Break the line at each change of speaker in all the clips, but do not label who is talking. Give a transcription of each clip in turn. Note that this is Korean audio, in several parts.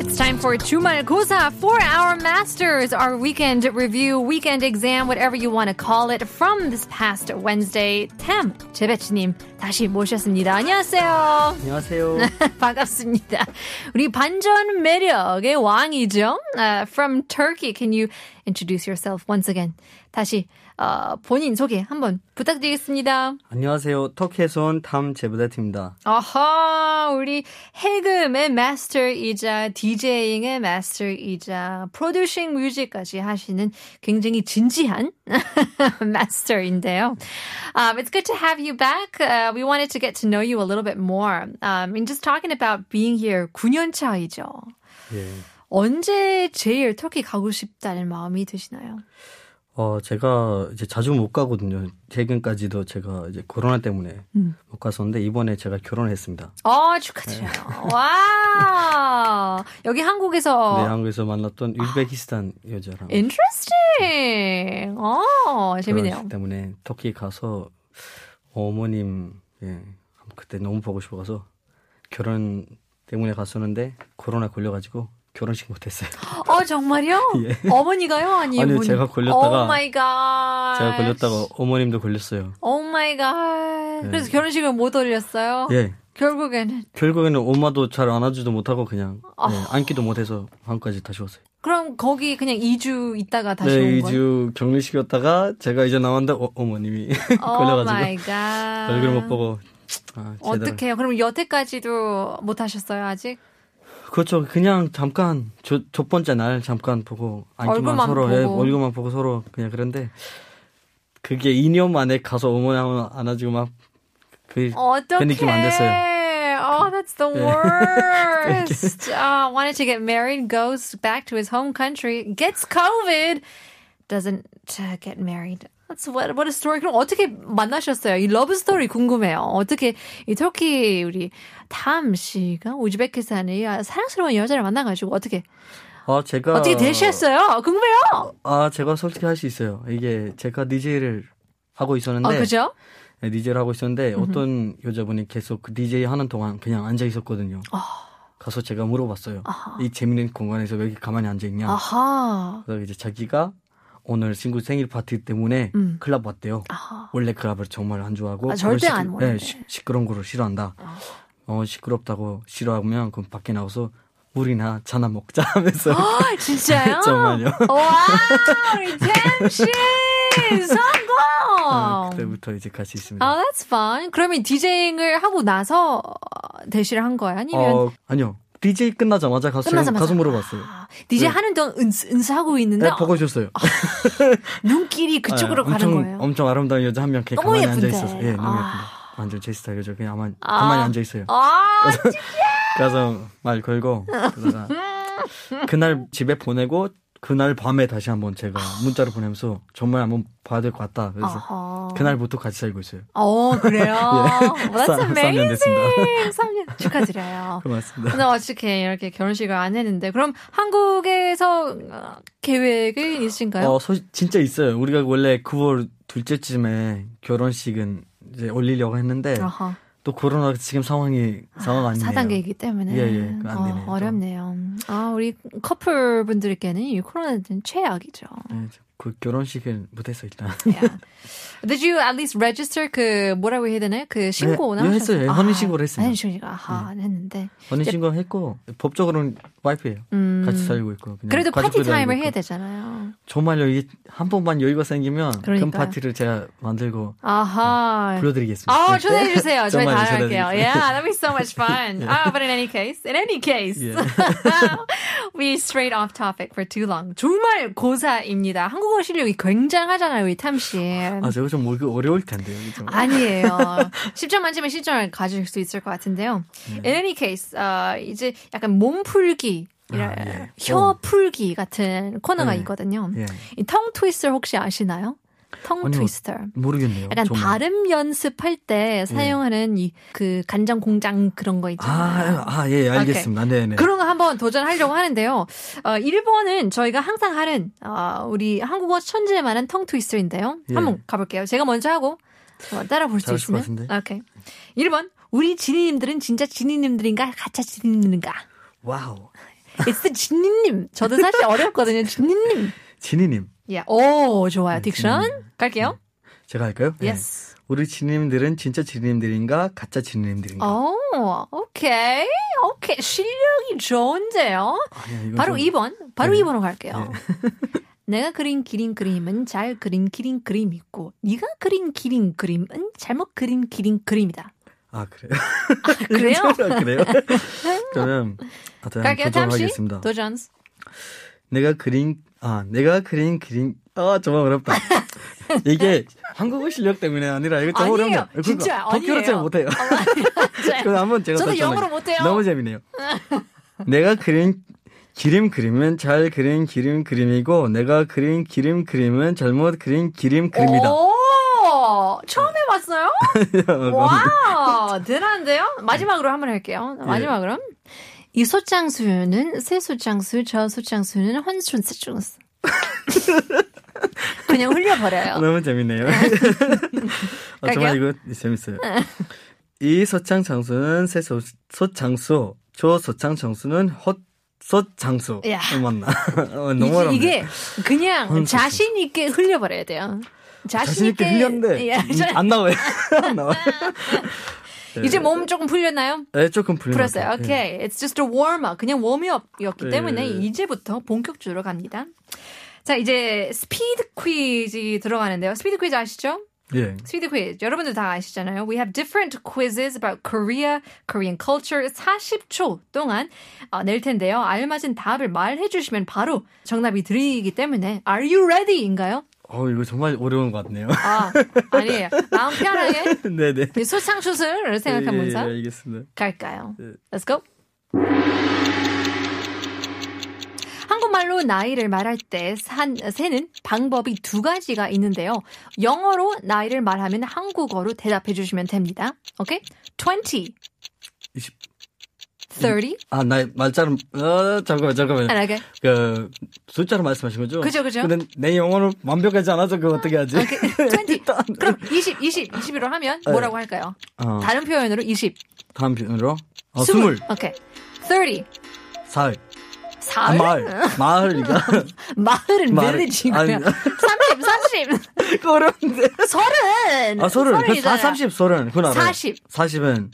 It's time for Chumal Goza, four hour masters, our weekend review, weekend exam, whatever you want to call it, from this past Wednesday. 템, 제배치님, 다시 모셨습니다. 안녕하세요.
안녕하세요.
네. 반갑습니다. 우리 반전 매력의 왕이죠. Uh, from Turkey, can you introduce yourself once again? 다시 어, 본인 소개 한번 부탁드리겠습니다.
안녕하세요. 터키에서 온 탐 제부다팀입니다.
아하, 우리 해금의 마스터이자 DJ잉의 마스터이자 프로듀싱 뮤직까지 하시는 굉장히 진지한 마스터인데요. Um, it's good to have you back. Uh, we wanted to get to know you a little bit more. Um, and just talking about being here 9년 차이죠.
예.
언제 제일 터키 가고 싶다는 마음이 드시나요?
어, 제가 이제 자주 못 가거든요. 최근까지도 제가 이제 코로나 때문에
음.
못 갔었는데 이번에 제가 결혼했습니다.
어, 축하드려요. 와! 여기 한국에서
네, 한국에서 만났던
아.
우즈베키스탄 여자랑
Interesting. 어, 예, 재밌네요.
결혼했기 때문에 터키 가서 어머님 예, 그때 너무 보고 싶어서 결혼 때문에 갔었는데 코로나 걸려가지고 결혼식 못했어요.
어, 정말요? 어머니가요? 아니면 Oh
예. 아니요, 제가 걸렸다가-
오 마이 갓.
제가 걸렸다가 어머님도 걸렸어요.
오 마이 갓. Oh 그래서 결혼식을 못 올렸어요?
예,
결국에는
결국에는 엄마도 잘 안아주도 못하고 그냥 네, 앉기도 못해서 한까지 다시 왔어요.
그럼 거기 그냥 2주 있다가 다시
네,
온
이
거예요?
주 격리시켰다가 제가 이제 나왔는데 어, 어머님이
오 마이
걸려가지고
갓.
얼굴 못 보고 아, 제대로.
Oh 어떡해요? 그럼 여태까지도 못 하셨어요, 아직?
그렇죠. 그냥 잠깐 저, 첫 번째 날 잠깐 보고 앉기만
얼굴만
서로 예,
보고.
얼굴만 보고 서로 그냥 그런데 그게 2년 만에 가서 어머니 한번 안아주고 막그
어떡해.
그 느낌 안 됐어요. 네.
Oh, that's the worst. uh, wanted to get married, goes back to his home country, gets COVID, doesn't uh, get married. That's what, what a story. 그럼 어떻게 만나셨어요? 이 러브 스토리 궁금해요. 어떻게 이 터키 우리 탐 씨가 우즈베키스탄의 이 사랑스러운 여자를 만나가지고 어떻게
아 제가
어떻게 대시했어요? 궁금해요.
아 제가 솔직히 할 수 있어요. 이게 제가 DJ를 하고 있었는데
어, 그죠?
네, DJ를 하고 있었는데 어떤 여자분이 계속 그 DJ 하는 동안 그냥 앉아 있었거든요. 가서 제가 물어봤어요. 이 재밌는 공간에서 왜 이렇게 가만히 앉아 있냐.
아하.
그래서 이제 자기가 오늘 친구 생일 파티 때문에 클럽 왔대요.
음. 아하.
원래 클럽을 정말 안 좋아하고
아, 절대
그걸
안 아.
시끄-
오는데.
네, 시- 시끄러운 거를 싫어한다. 어, 시끄럽다고 싫어하면 그럼 밖에 나와서 물이나 차나 먹자 하면서
아, 진짜요?
정말요. 네,
와, 우리 템씨 성공.
아, 그때부터 이제 같이 있습니다.
아, that's fun. 그러면 디제잉을 하고 나서 어, 대시를 한 거예요? 아니면
어, 아니요. DJ 끝나자마자 가서
끝나자마자?
가서 물어봤어요.
아, 디제이
네.
하는 동안 은스, 은스 하고 있는데
네, 보고 줬어요.
눈길이 그쪽으로
네,
가는
엄청,
거예요?
엄청 아름다운 여자 한명
너무
가만히
예쁜데.
앉아 있어서 예, 너무
아.
예쁜데. 완전 제 스타일이죠. 그냥 아마 가만히 앉아 있어요.
아,
가서 말 걸고 그러다가 그날 집에 보내고 그날 밤에 다시 한번 제가 문자를 보내면서 정말 한번 봐야 될 것 같다. 그래서
아하.
그날부터 같이 살고 있어요.
어, 그래요? well, that's
사- 삼년 됐습니다.
amazing. 3년 축하드려요.
그 고맙습니다.
근데 어떻게 이렇게 결혼식을 안 했는데 그럼 한국에서 어, 계획이 있으신가요?
어, 소 진짜 있어요. 우리가 원래 9월 둘째쯤에 결혼식은 이제 올리려고 했는데
아하.
또 코로나 지금 상황이 상황 아니에요.
4단계이기 때문에
예, 예, 그거 안 되네요,
어, 렵네요 아, 우리 커플 분들께는 이 코로나는 최악이죠.
네, 그 결혼식은 못했어 일단.
Yeah. Did you at least register 그 뭐라고 해야 되나요? 그 신고나
예,
하셨어요?
했어요. 네. 예, 혼인신고를 했습니다.
혼인신고 아하 안 했는데
언니 친구 했고 법적으로는 와이프예요.
음.
같이 살고 있고. 그냥
그래도 파티
가족들이 살고
타임을
있고.
해야 되잖아요.
정말요 이게 한 번만 여유가 생기면
그러니까요.
금 파티를 제가 만들고
아하.
네, 불러드리겠습니다.
아, 초대해 주세요. 저희
정말요,
다
초대해드릴게요.
할게요.
네.
예. Yeah, that'd be so much fun. Ah, but in any case, in any case,
예.
we strayed off topic for too long. 정말 고사입니다. 한국어 실력이 굉장하잖아요, 우리 탐 씨.
아 저거 좀 모르기 어려울 텐데요. 이게 좀.
아니에요. 10점 만점에 10점을 가질 수 있을 것 같은데요.
음.
In any case, 어, 이제 약간 몸풀기, 이런
아, 예.
혀풀기 같은 코너가
네.
있거든요.
예.
이텅 트위스트 혹시 아시나요? tongue
아니요.
twister.
모르겠네요.
약간
정말.
발음 연습할 때 사용하는 이 그 간장 공장 그런 거 있잖아요.
아, 아, 예, 알겠습니다. 네, 네.
그런 거 한번 도전하려고 하는데요. 어, 일본은 저희가 항상 하는 어, 우리 한국어 천재에 만한 텅 트위스트인데요.
예.
한번 가볼게요. 제가 먼저 하고 어, 따라 볼 수
잘하실 것
있으면.
같은데.
오케이. 1번 우리 지니님들은 진짜 지니님들인가 가짜 지니님들인가?
와우.
It's 지니님. 저도 사실 어렵거든요. 지니님.
진이님.
예. 오 좋아요.
네,
딕션 갈게요.
제가 할까요? 예.
Yes.
우리 진이님들은 진짜 진이님들인가 가짜 진이님들인가?
오 오케이 오케이 실력이 좋은데요.
아니야, 예, 이건
바로 어.
좀- 예.
2번.
네.
바로 2번으로 갈게요. 내가 그린 기린 그림은 잘 그린 기린 그림 있고 네가 그린 기린 그림은 잘못 그린 기린 그림이다.
아 그래요?
그래요?
아, 그래요? 그러면 다들
갈게요. 잠시
도전하겠습니다.
도전.
내가 그린 아 내가 그린 그린 아 정말 어렵다. 이게 한국어 실력 때문에 아니라 이거 그러니까 좀
아니에요.
어렵네요.
진짜
도쿄로
아니에요.
잘 못해요.
어, 맞아요. 네.
그럼 한번 제가
저도
다시
영어로
하겠습니다.
못해요.
너무 재미네요. 내가 그린 기림 그림은 잘 그린 기림 그림이고 내가 그린 기림 그림은 잘못 그린 기림 그림이다.
오 처음 해봤어요? 네, 와우 대단한데요? 마지막으로 한번 할게요. 마지막으로 이 소장수는 새 소장수 저 소장수는 환순 세중스 그냥 흘려버려요.
너무 재밌네요. 아, 정말 이거 재밌어요. 이 소창 장수는 새 소, 소창수, 저 소창 장수는 헛 소창수.
야.
맞나? 어,
이게-
너무 어렵네.
이게 그냥
황수 씨.
자신 있게 흘려버려야 돼요.
자신
자신
있게
있게
흘렸는데 음,
예,
이- 안 나와요. 안 나와.
이제 몸 조금 풀렸나요?
네, 조금 불리.
풀었어요. 오케이. It's just a warm up. 그냥 웜이었기
네.
때문에 이제부터 본격적으로 갑니다. 자, 이제 스피드 퀴즈 들어가는데요. 스피드 퀴즈 아시죠?
예.
스피드 퀴즈. 여러분들 다 아시잖아요. We have different quizzes about Korea, Korean culture. 40초 동안 어, 낼 텐데요. 알맞은 답을 말해 주시면 바로 정답이 드리기 때문에 Are you ready인가요?
어, 이거 정말 어려운 것 같네요.
아, 아니에요. 마음 편하게
네, 네.
소창수술 생각한
예, 예,
분사
알겠습니다.
갈까요?
예.
Let's go. 한국말로 나이를 말할 때 산, 세는 방법이 두 가지가 있는데요. 영어로 나이를 말하면 한국어로 대답해 주시면 됩니다. 오케이? 20,
20.
30,
아, 나 말자로 어, 잠깐만, 잠깐만.
and again.
그 숫자로 말씀하신 거죠?
그죠, 그죠.
근데 내 영어는 완벽하지 않아서 그거 어떻게 하지?
오케이. 20. 그럼 20, 20, 20으로 하면 뭐라고 할까요?
어,
다른 표현으로 20,
다음 편으로 어, 스물,
오케이. 30,
살,
4,
아, 마을, 마을이가
마을은
마을.
밀리지고요.
아니.
30, 30,
어려운데.
서른.
아, 서른, 그, 아,
서른이잖아요.
30, 서른, 그건 알아요.
40.
40은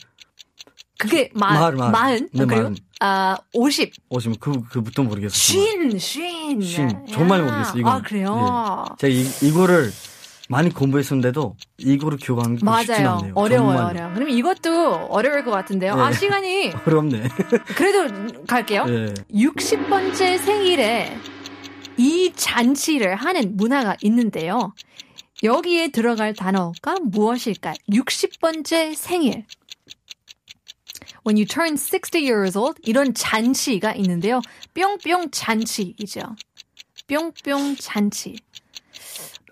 그게 마,
마흔,
마흔,
마흔. 네,
그리고
마흔.
아 오십,
50, 그, 그부터 모르겠어요.
쉰, 쉰,
쉰. 정말
야.
모르겠어요, 이건.
아 그래요?
예. 제가 이, 이거를 많이 공부했었는데도 이거를 기억하는 게 쉽지
맞아요.
않네요.
어려워요,
정말로.
어려워. 그럼 이것도 어려울 것 같은데요. 아
네.
시간이
어렵네.
그래도 갈게요.
예.
60번째 생일에 이 잔치를 하는 문화가 있는데요. 여기에 들어갈 단어가 무엇일까요? 60번째 생일. When you turn 60 years old, 이런 잔치가 있는데요. 뿅뿅 잔치이죠. 뿅뿅 잔치.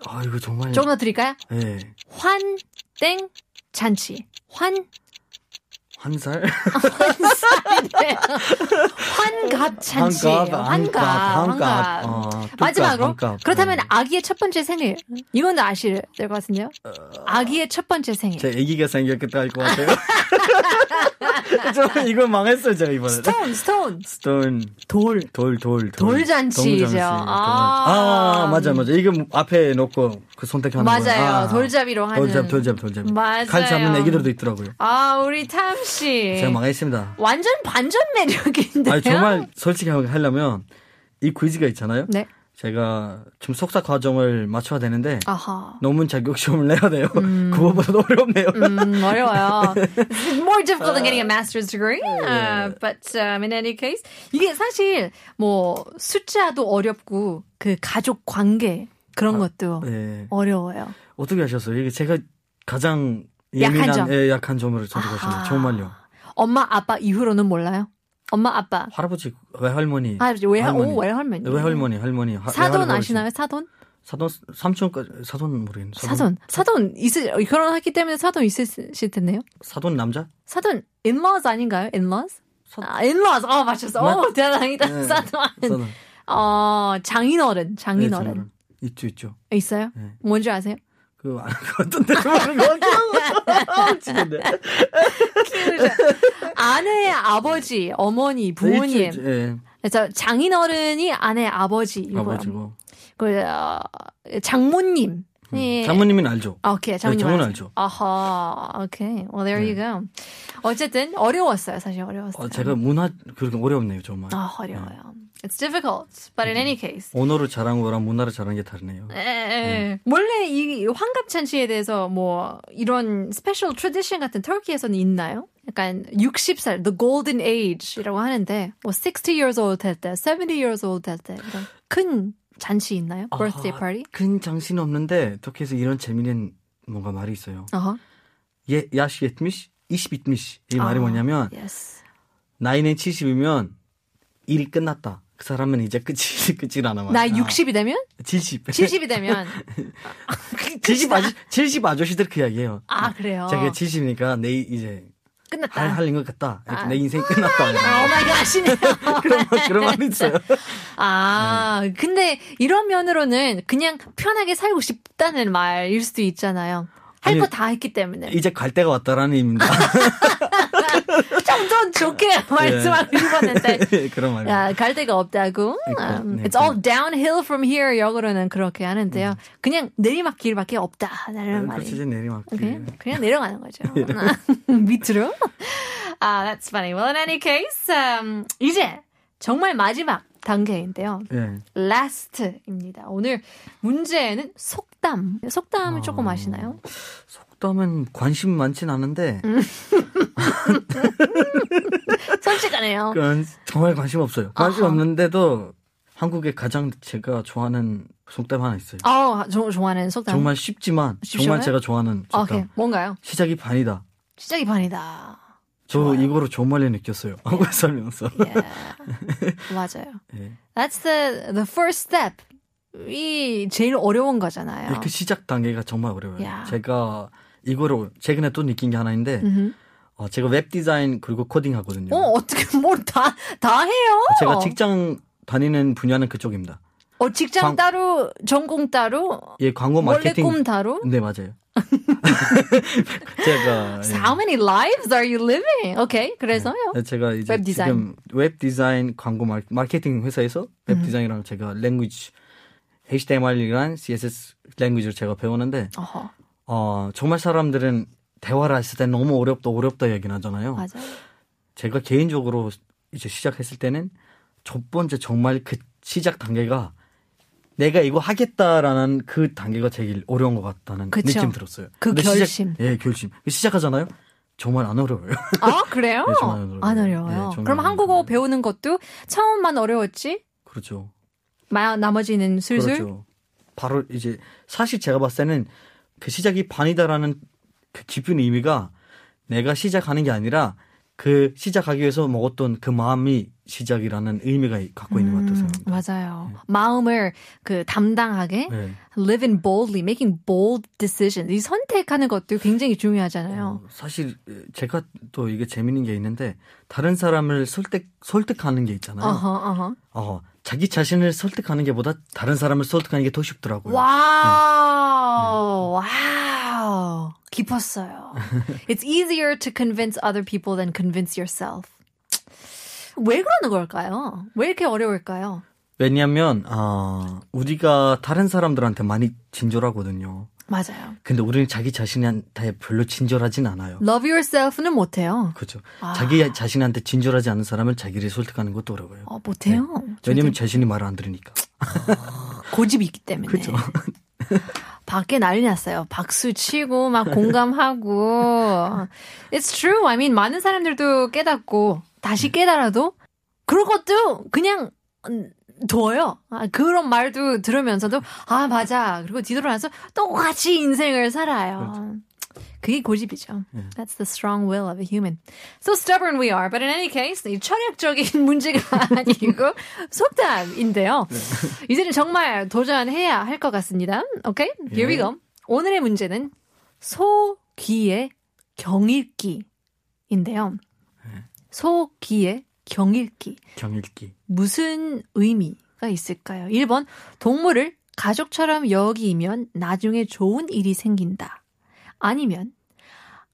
아, 이거 정말.
조금 더 드릴까요?
예.
환땡 잔치. 환
한 살?
환갑 잔치.
환갑,
환갑.
환갑.
환갑.
어, 뚝갑,
마지막으로
환갑.
그렇다면
네.
아기의 첫 번째 생일 이건 다 아실 될 것 같은데요. 아기의 첫 번째 생일.
어. 제 애기가 생겼겠다 할 것 같아요. 저 이거 망했어요, 제가 이번에.
스톤 스톤
스톤. 돌. 돌, 돌, 돌.
돌잔치죠.
돌잔치, 돌.
아.
아, 맞아, 맞아. 이거 앞에 놓고 그 선택하는 거.
맞아요.
아.
돌잡이로 하는.
돌잡, 돌잡, 돌잡.
맞아요.
칼 잡는 애기들도 있더라고요.
아 우리 탐 씨.
제가 망했습니다.
완전 반전 매력인데요.
아니, 정말 솔직히 하려면 이 퀴즈가 있잖아요.
네.
제가 지금 속사 과정을 맞춰야 되는데
아하.
논문 자격 시험을 내야 돼요. 그거보다 도 어렵네요.
음, 어려워요. It's more difficult than getting a master's degree.
어, 예.
Uh, but um, in any case, 이게 사실 뭐 숫자도 어렵고 그 가족 관계 그런 것도
예.
어려워요.
어떻게 하셨어요? 이게 제가 가장
약한
예민한
점.
예, 약한 점으로 선택하셨네요.
아하.
정말요.
엄마 아빠 이후로는 몰라요. 엄마 아빠.
할아버지, 외할머니.
아, 외할
할머니. 네,
오, 외할머니.
외할머니, 할머니. 하-
사돈
외할아버지.
아시나요? 사돈?
사돈 삼촌까지 사돈 모르겠네.
사돈 사돈 있으 결혼했기 때문에 사돈 있으실 텐데요.
사돈 남자?
사돈 in-laws 아닌가요? in-laws? 아, in-laws. 어 맞췄어. 어 대단하다.
네.
사돈.
사돈.
어 장인어른
네,
장인어른
장인어른. 있죠 있죠.
있어요?
네.
뭔지 아세요?
그 아는 것 같은데 모르는 것 같아. 미치겠네.
아내의 아버지, 어머니,
네. 있죠, 있죠.
부모님.
예.
그래서 장인어른이 아내의 아버지 이고요.
아버지고. 뭐.
그 어, 장모님. 예.
음, 장모님은 알죠.
오케이, 장모
네, 장모는 알죠. 네.
아하, 오케이. Well, there you go. 어쨌든 어려웠어요. 사실 어려웠어요.
어, 제가 네. 문화 그렇게 어려웠네요 정말.
아, 어려워요. It's difficult, but in any case.
언어를 잘한 거랑 문화를 잘한 게 다르네요.
에, 에, 에. 원래 이 환갑잔치에 대해서 뭐 이런 스페셜 트레디션 같은 터키에서는 있나요? 약간 60살, the golden age이라고 하는데 뭐 60 years old 할 때, 70 years old 할 때 이런 큰 잔치 있나요? birthday
아,
party?
큰 장신 없는데 터키에서 이런 재미있는 뭔가 말이 있어요.
어허.
예, 야시 70, 20 70. 이 말이
아,
뭐냐면
Yes.
나이는 70이면 일이 끝났다. 그 사람은 이제 끝이 끝이 안 남아.
나이 60이 되면?
70.
70이 되면?
70 아저 70 아저씨들 그 이야기예요.
아, 그래요?
자기가 70이니까 내 이제
끝났다.
아, 할 할인 것 같다. 이렇게
아.
내 인생 끝났다.
오 마이 갓이네요.
그런 말- 그런 말이 있어요.
아,
네.
근데 이런 면으로는 그냥 편하게 살고 싶다는 말일 수도 있잖아요. 할
아니,
거 다 했기 때문에.
이제 갈 때가 왔다라는 의미입니다.
아, 점점
네.
좋게 말씀하고 싶었는데.
그런 말입니다.
야, 갈 데가 없다고. 음,
네, 음.
It's all downhill from here. 역으로는 그렇게 하는데요. 그냥 내리막길밖에 없다. 라는
네, 그렇지
말이.
이제 내리막길.
그냥, 그냥 내려가는 거죠. 밑으로. 아, that's funny. Well, in any case, um, 이제 정말 마지막 단계인데요.
예.
last입니다. 오늘 문제는 속담. 속담을 조금 아시나요?
속담은 관심 많진 않은데
솔직하네요.
그건 정말 관심 없어요. 관심
어? 아하.
없는데도 한국에 가장 제가 좋아하는 속담 하나 있어요.
아, 저- 좋아하는 속담.
정말 쉽지만
쉽지만?
정말 제가 좋아하는
아,
속담.
오케이. 뭔가요?
시작이 반이다.
시작이 반이다.
저 이거로 정말 느꼈어요. 한국에 살면서.
예. Yeah. 맞아요.
예.
That's the the first step. 이 제일 어려운 거잖아요.
그 시작 단계가 정말 어려워요.
야.
제가 이거로 최근에 또 느낀 게 하나 있는데
음흠.
어, 제가 웹 디자인 그리고 코딩 하거든요.
어, 어떻게 뭘 다 다 해요?
제가 직장 다니는 분야는 그쪽입니다.
어, 직장
광-
따로 전공 따로
예, 광고
원래
마케팅.
꿈 따로.
네, 맞아요. 제가 예.
How many lives are you living? 오케이. 그래서요.
네, 제가 이제
어? 웹 디자인.
지금 웹 디자인 광고 마- 마케팅 회사에서
음.
웹 디자인이랑 제가 랭귀지 HTML이랑 CSS 랭귀지를 제가 배우는데
어허.
어, 정말 사람들은 대화를 했을 때 너무 어렵다 어렵다 얘기는 하잖아요.
맞아요.
제가 개인적으로 이제 시작했을 때는 첫 번째 정말 그 시작 단계가 내가 이거 하겠다라는 그 단계가 제일 어려운 것 같다는
그쵸.
느낌 들었어요.
그
근데 시작-
결심.
예, 결심. 시작하잖아요. 정말 안 어려워요.
아, 그래요?
네, 정말 어려워요.
안 어려워요.
네, 정말
그럼
안
한국어
어려워요.
배우는 것도 처음만 어려웠지?
그렇죠.
마, 나머지는 슬슬?
그렇죠. 바로 이제 사실 제가 봤을 때는 그 시작이 반이다라는 그 깊은 의미가 내가 시작하는 게 아니라 그 시작하기 위해서 먹었던 그 마음이 시작이라는 의미가 갖고 있는 것 같아서.
음, 맞아요. 마음을 그 담당하게
네.
living boldly, making bold decision. 이 선택하는 것도 굉장히 중요하잖아요.
어, 사실 제가 또 이게 재밌는 게 있는데 다른 사람을 설득 설득하는 게 있잖아요.
어허, 어허.
어, 자기 자신을 설득하는 게보다 다른 사람을 설득하는 게 더 쉽더라고요.
와우, 와우. 깊었어요. It's easier to convince other people than convince yourself. 왜 그러는 걸까요? 왜 이렇게 어려울까요?
왜냐하면 아, 우리가 다른 사람들한테 많이 친절하거든요.
맞아요.
근데 우리는 자기 자신한테 별로 친절하진 않아요.
Love yourself는 못해요.
그렇죠.
아.
자기 자신한테 친절하지 않은 사람을 자기를 설득하는 것도 어려워요.
어, 못해요.
네. 왜냐면 자신이 말을 안 들으니까.
고집이 있기 때문에.
그렇죠.
밖에 난리 났어요. 박수 치고 막 공감하고. It's true. I mean 많은 사람들도 깨닫고 다시
네.
깨달아도 그런 것도 그냥 음, 둬요. 아, 그런 말도 들으면서도 아 맞아. 그리고 뒤돌아서 똑같이 인생을 살아요. 그게 고집이죠. That's the strong will of a human. So stubborn we are. But in any case, 이 철학적인 문제가 아니고 속담인데요. 이제는 정말 도전해야 할 것 같습니다. Okay, here we go. 오늘의 문제는 소귀의 경읽기인데요. 소귀의 경읽기.
경읽기.
무슨 의미가 있을까요? 1번, 동물을 가족처럼 여기면 나중에 좋은 일이 생긴다. 아니면,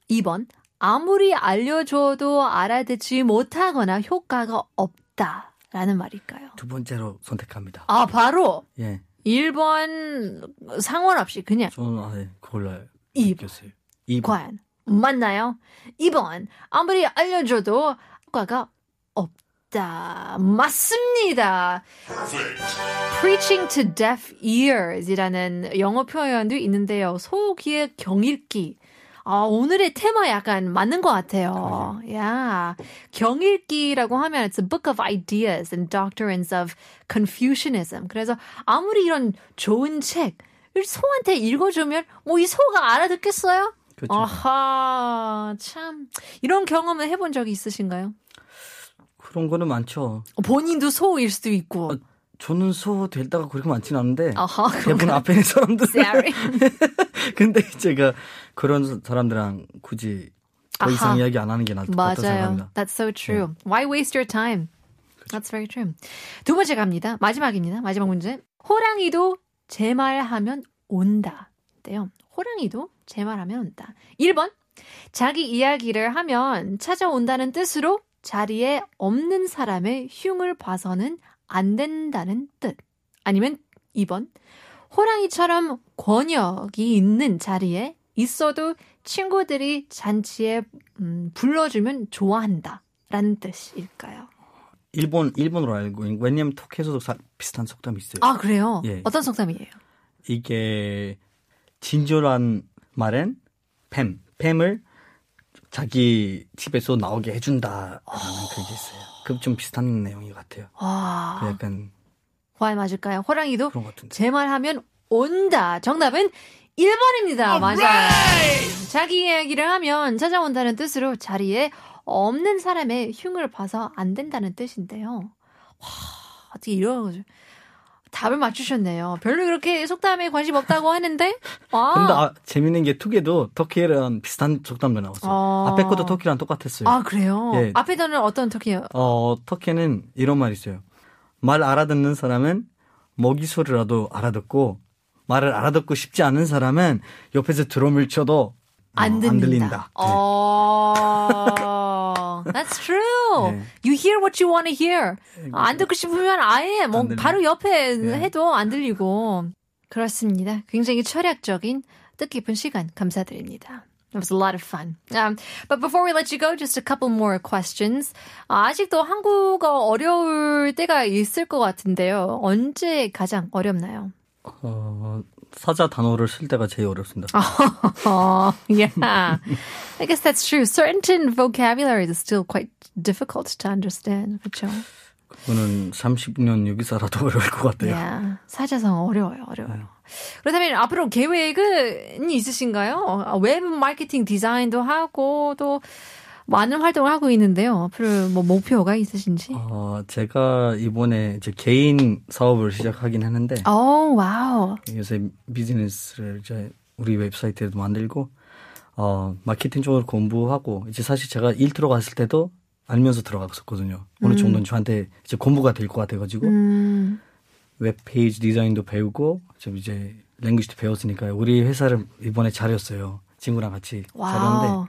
2번, 아무리 알려줘도 알아듣지 못하거나 효과가 없다. 라는 말일까요?
두 번째로 선택합니다.
아, 바로
예.
1번 상관없이 그냥
저는 아, 예.
그걸로
이
느꼈어요.
과연 맞나요? 2번 아무리 알려줘도 효과가 없다. 맞습니다. Preaching to deaf ears이라는 영어 표현도 있는데요. 소귀의 경읽기. 아, 오늘의 테마 약간 맞는 것 같아요. 야, 경읽기라고 하면 it's a book of ideas and doctrines of Confucianism. 그래서 아무리 이런 좋은 책 소한테 읽어주면 뭐 이 소가 알아듣겠어요?
그렇죠.
아하, 참. 이런 경험을 해본 적이 있으신가요?
그런 거는 많죠.
본인도 소일 수도 있고.
아, 저는 소 될다가 그렇게 많지는 않은데
아하,
대부분 앞에 있는 사람들.
Sorry.
근데 제가 그런 사람들랑 굳이 더 이상
아하.
이야기 안 하는 게 나을 것 같다
맞아요.
생각합니다.
That's so true. Why waste your time? That's very true. 두 번째 갑니다. 마지막입니다. 마지막 문제. 호랑이도 제 말하면 온다. 인데요. 호랑이도 제 말하면 온다. 1번. 자기 이야기를 하면 찾아온다는 뜻으로 자리에 없는 사람의 흉을 봐서는 안 된다는 뜻. 아니면 2번. 호랑이처럼 권력이 있는 자리에 있어도 친구들이 잔치에 음, 불러주면 좋아한다. 라는 뜻일까요?
네. 일본 일본으로 알고 있- 왜냐면 톡에서도 사- 비슷한 속담이 있어요.
아, 그래요?
예.
어떤 속담이에요?
이게 진졸한 말엔 뱀, 뱀을 자기 집에서 나오게 해준다라는 그게 있어요. 그 좀 비슷한 내용인 것 같아요.
와.
그 약간
과연 맞을까요? 호랑이도
그런 것 같은데.
제 말하면 온다. 정답은 1번입니다. 맞아요. 자기 이야기를 하면 찾아온다는 뜻으로 자리에 없는 사람의 흉을 봐서 안 된다는 뜻인데요. 와, 어떻게 이런 거죠? 답을 맞추셨네요. 별로 그렇게 속담에 관심 없다고 하는데, 와.
근데 아, 재밌는 게 투게도 터키랑 비슷한 속담도 나왔어요.
어.
앞에 것도 터키랑 똑같았어요.
아, 그래요?
예.
앞에 저는 어떤 토끼요?
어, 터키는 이런 말이 있어요. 말 알아듣는 사람은 먹이 소리라도 알아듣고 말을 알아듣고 싶지 않은 사람은 옆에서 드럼을 쳐도
안
어,
듣는다.
안 들린다. 네.
어, that's true.
네.
You hear what you want to hear. 안 듣고 싶으면 아예 뭐
안 들리고.
바로 옆에
네.
해도 안 들리고. 그렇습니다. 굉장히 철학적인 뜻깊은 시간 감사드립니다. It was a lot of fun. Um, but before we let you go, just a couple more questions. 아, 아직도 한국어 어려울 때가 있을 것 같은데요. 언제 가장 어렵나요?
어, 사자 단어를 쓸 때가 제일 어렵습니다.
아. Oh, yeah. I guess that's true. Certain vocabularies is still quite difficult to understand. 그렇죠?
그거는 30년 여기 살아도 어려울 것 같아요.
Yeah. 사자성 어려워요. 어려워요. 그렇다면 앞으로 계획은 있으신가요? 아, 웹 마케팅 디자인도 하고 또 많은 활동을 하고 있는데요. 앞으로 뭐 목표가 있으신지?
어, 제가 이번에 이제 개인 사업을 시작하긴 했는데
아. 오, 와우.
요새 비즈니스를 이제 우리 웹사이트에도 만들고 어, 마케팅 쪽으로 공부하고 이제 사실 제가 일 들어갔을 때도 알면서 들어갔었거든요. 어느 정도는 저한테 이제 공부가 될 것 같아가지고
음,
웹페이지 디자인도 배우고 지금 이제 랭귀지도 배웠으니까 우리 회사를 이번에 자렸어요. 친구랑 같이 자렸는데
와우.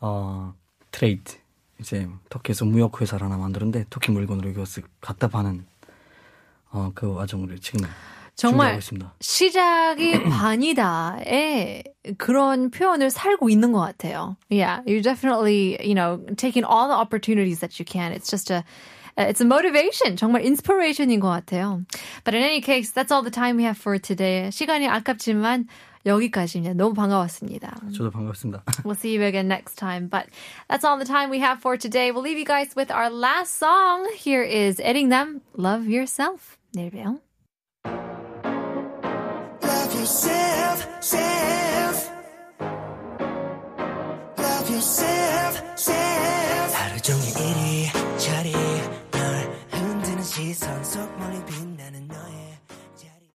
어, 트레이드 이제 터키에서 무역 회사를 하나 만드는데 터키 물건으로 이것을 갖다 파는 어, 그 와중으로 지금
정말
준비하고 있습니다.
시작이 반이다의 그런 표현을 살고 있는 것 같아요. Yeah, you're definitely, you know, taking all the opportunities that you can. It's just a It's a motivation. 정말 inspiration인 것 같아요. But in any case, that's all the time we have for today. 시간이 아깝지만 여기까지입니다. 너무 반가웠습니다.
저도 반갑습니다.
We'll see you again next time. But that's all the time we have for today. We'll leave you guys with our last song. Here is 에릭남, Love Yourself. 내일 봬요.
Love yourself, self. 온종일 이리 저리 널 흔드는 시선 속 멀리 빈